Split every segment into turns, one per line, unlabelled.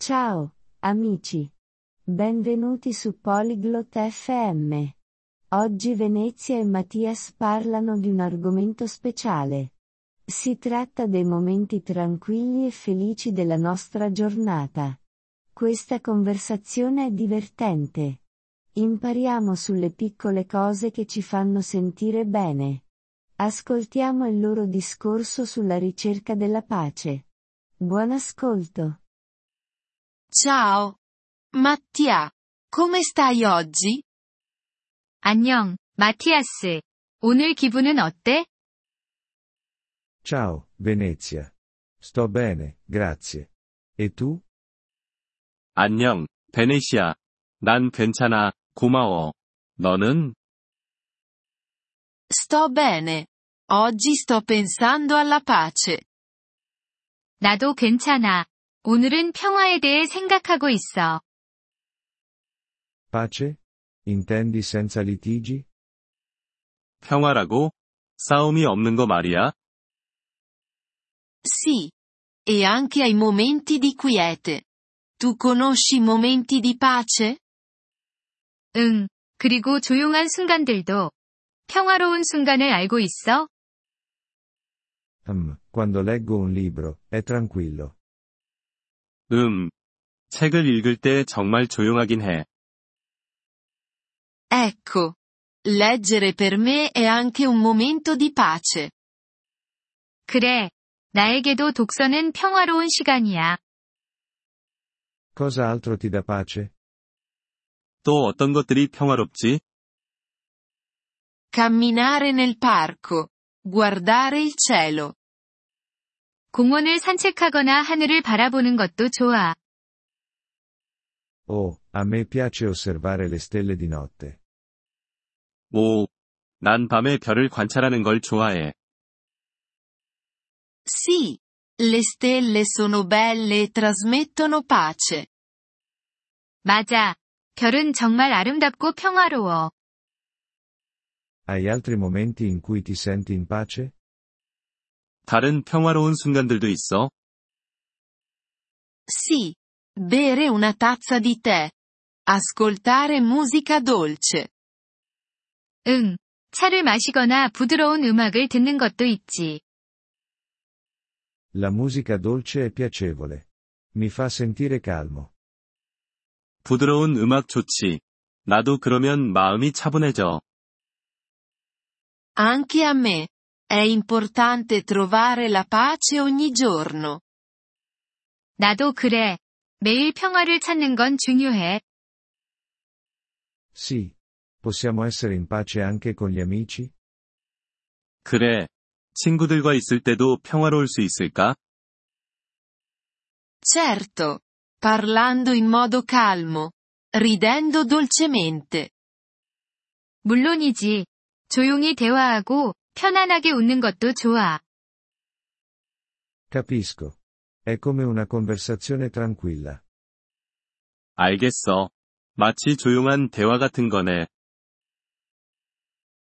Ciao, amici. Benvenuti su Polyglot FM. Oggi Venezia e Mattias parlano di un argomento speciale. Si tratta dei momenti tranquilli e felici della nostra giornata. Questa conversazione è divertente. Impariamo sulle piccole cose che ci fanno sentire bene. Ascoltiamo il loro discorso sulla ricerca della pace. Buon ascolto.
Ciao. Mattia. Come stai oggi?
안녕, 마티아스. 오늘 기분은 어때?
Ciao, Venezia. Sto bene, grazie. E tu?
안녕, 베네시아. 난 괜찮아, 고마워. 너는?
Sto bene. Oggi sto pensando alla pace.
나도 괜찮아. 오늘은 평화에 대해 생각하고 있어.
Pace? Intendi senza litigi?
평화라고? 싸움이 없는 거 말이야?
Sì. E anche ai momenti di quiete. Tu conosci i momenti di pace?
응, 그리고 조용한 순간들도. 평화로운 순간을 알고 있어?
Hmm, quando leggo un libro, è tranquillo.
음. 책을 읽을 때 정말 조용하긴 해.
Ecco. Leggere per me è anche un momento di pace.
그래. 나에게도 독서는 평화로운 시간이야.
Cosa altro ti dà pace?
또 어떤 것들이 평화롭지?
Camminare nel parco. Guardare il cielo.
공원을 산책하거나 하늘을 바라보는 것도 좋아.
Oh, a me piace osservare le stelle di notte.
오. 난 밤에 별을 관찰하는 걸 좋아해.
Sì. Le stelle sono belle e trasmettono pace.
맞아. 별은 정말 아름답고 평화로워.
Hai altri momenti in cui ti senti in pace?
다른 평화로운 순간들도 있어?
Sì. Bere una tazza di tè. Ascoltare musica dolce.
응. 차를 마시거나 부드러운 음악을 듣는 것도 있지.
La musica dolce è piacevole. Mi fa sentire calmo.
부드러운 음악 좋지. 나도 그러면 마음이 차분해져.
Anche a me. È importante trovare la pace ogni giorno.
나도 그래. 매일 평화를 찾는 건 중요해.
Sì. Possiamo essere in pace anche con gli amici?
그래. 친구들과 있을 때도 평화로울 수 있을까?
Certo. Parlando in modo calmo. Ridendo dolcemente.
물론이지. 조용히 대화하고 편안하게 웃는 것도 좋아.
Capisco. È come una conversazione tranquilla.
알겠어. 마치 조용한 대화 같은 거네.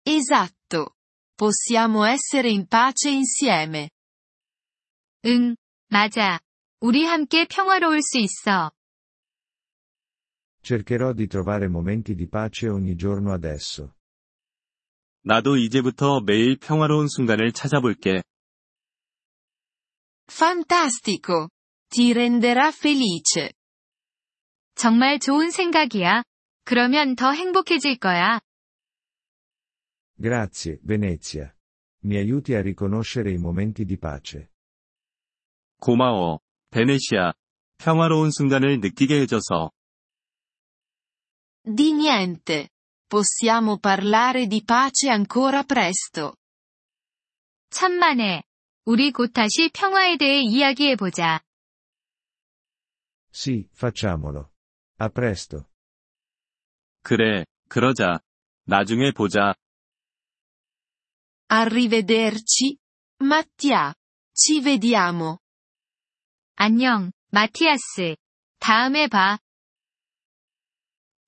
Esatto. Possiamo essere in pace insieme.
응, 맞아. 우리 함께 평화로울 수 있어.
Cercherò di trovare momenti di pace ogni giorno adesso.
나도 이제부터 매일 평화로운 순간을 찾아볼게.
Fantastico. Ti renderà felice.
정말 좋은 생각이야. 그러면 더 행복해질 거야.
Grazie, Venezia. Mi aiuti a riconoscere i momenti di pace.
고마워. 베네시아. 평화로운 순간을 느끼게 해줘서.
Di niente. Possiamo parlare di pace ancora presto.
천만에. 우리 곧 다시 평화에 대해 이야기해보자.
Sì, facciamolo. A presto.
그래, 그러자. 나중에 보자.
Arrivederci. Mattia. Ci vediamo.
안녕, 마티아스. 다음에 봐.